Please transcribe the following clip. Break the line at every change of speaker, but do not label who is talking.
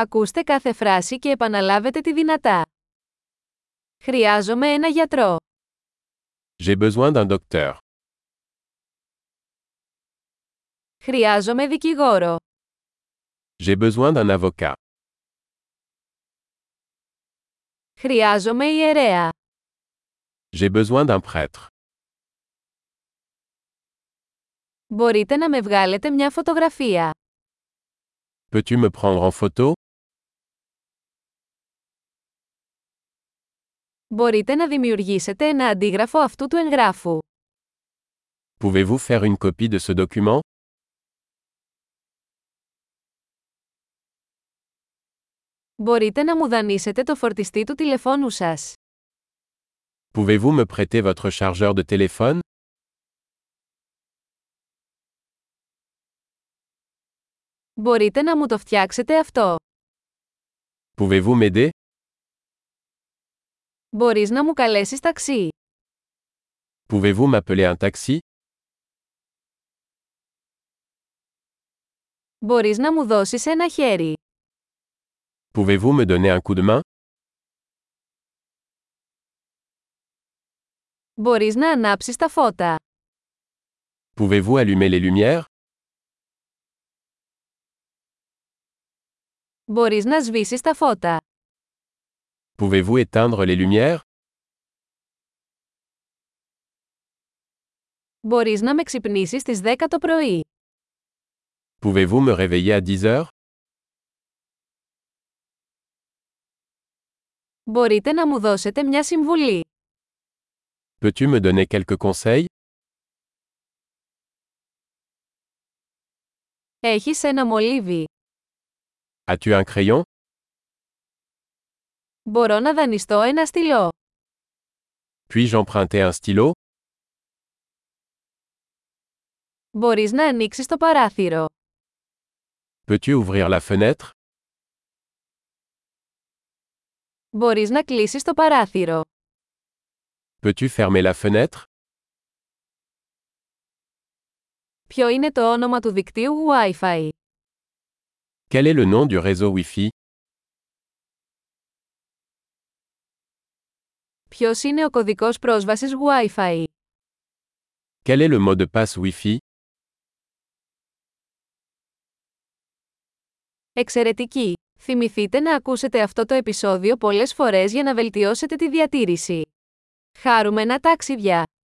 Ακούστε κάθε φράση και επαναλάβετε τη δυνατά. Χρειάζομαι ένα γιατρό.
J'ai besoin d'un docteur.
Χρειάζομαι δικηγόρο.
J'ai besoin d'un avocat.
Χρειάζομαι ιερέα.
J'ai besoin d'un prêtre.
Μπορείτε να με βγάλετε μια φωτογραφία.
Peux-tu me prendre en photo
Μπορείτε να δημιουργήσετε ένα αντίγραφο αυτού του εγγράφου.
Pouvez-vous faire une copie de ce document
Μπορείτε να μου δανείσετε το φορτιστή του τηλεφώνου σας.
Pouvez-vous me prêter votre chargeur de téléphone
Μπορείτε να μου το φτιάξετε αυτό.
Pouvez-vous m'aider
Μπορείς να μου καλέσεις ταξί.
Pouvez-vous m'appeler un taxi
Μπορείς να μου δώσεις ένα χέρι.
Pouvez-vous me donner un coup de main
Μπορείς να ανάψεις τα φώτα.
Pouvez-vous allumer les lumières
Μπορείς να σβήσεις τα φώτα.
Pouvez-vous éteindre les lumières
Μπορείς να με ξυπνήσεις στις 10 το πρωί.
Pouvez-vous me réveiller à 10 heures
Μπορείτε να μου δώσετε μια συμβουλή.
Peux-tu me donner quelques conseils
Έχεις ένα μολύβι.
As-tu un crayon
Μπορώ να δανειστώ ένα στυλό.
Puis-je emprunter un stylo
Μπορείς να ανοίξεις το παράθυρο.
Peux-tu ouvrir la fenêtre
Μπορείς να κλείσεις το παράθυρο.
Peux-tu fermer la fenêtre
Ποιο είναι το όνομα του δικτύου Wi-Fi.
Quel est le nom du réseau Wi-Fi
Ποιος είναι ο κωδικός πρόσβασης Wi-Fi.
Quel est le mot de passe Wi-Fi
Εξαιρετική! Θυμηθείτε να ακούσετε αυτό το επεισόδιο πολλές φορές για να βελτιώσετε τη διατήρηση. Χάρουμενα ταξίδια!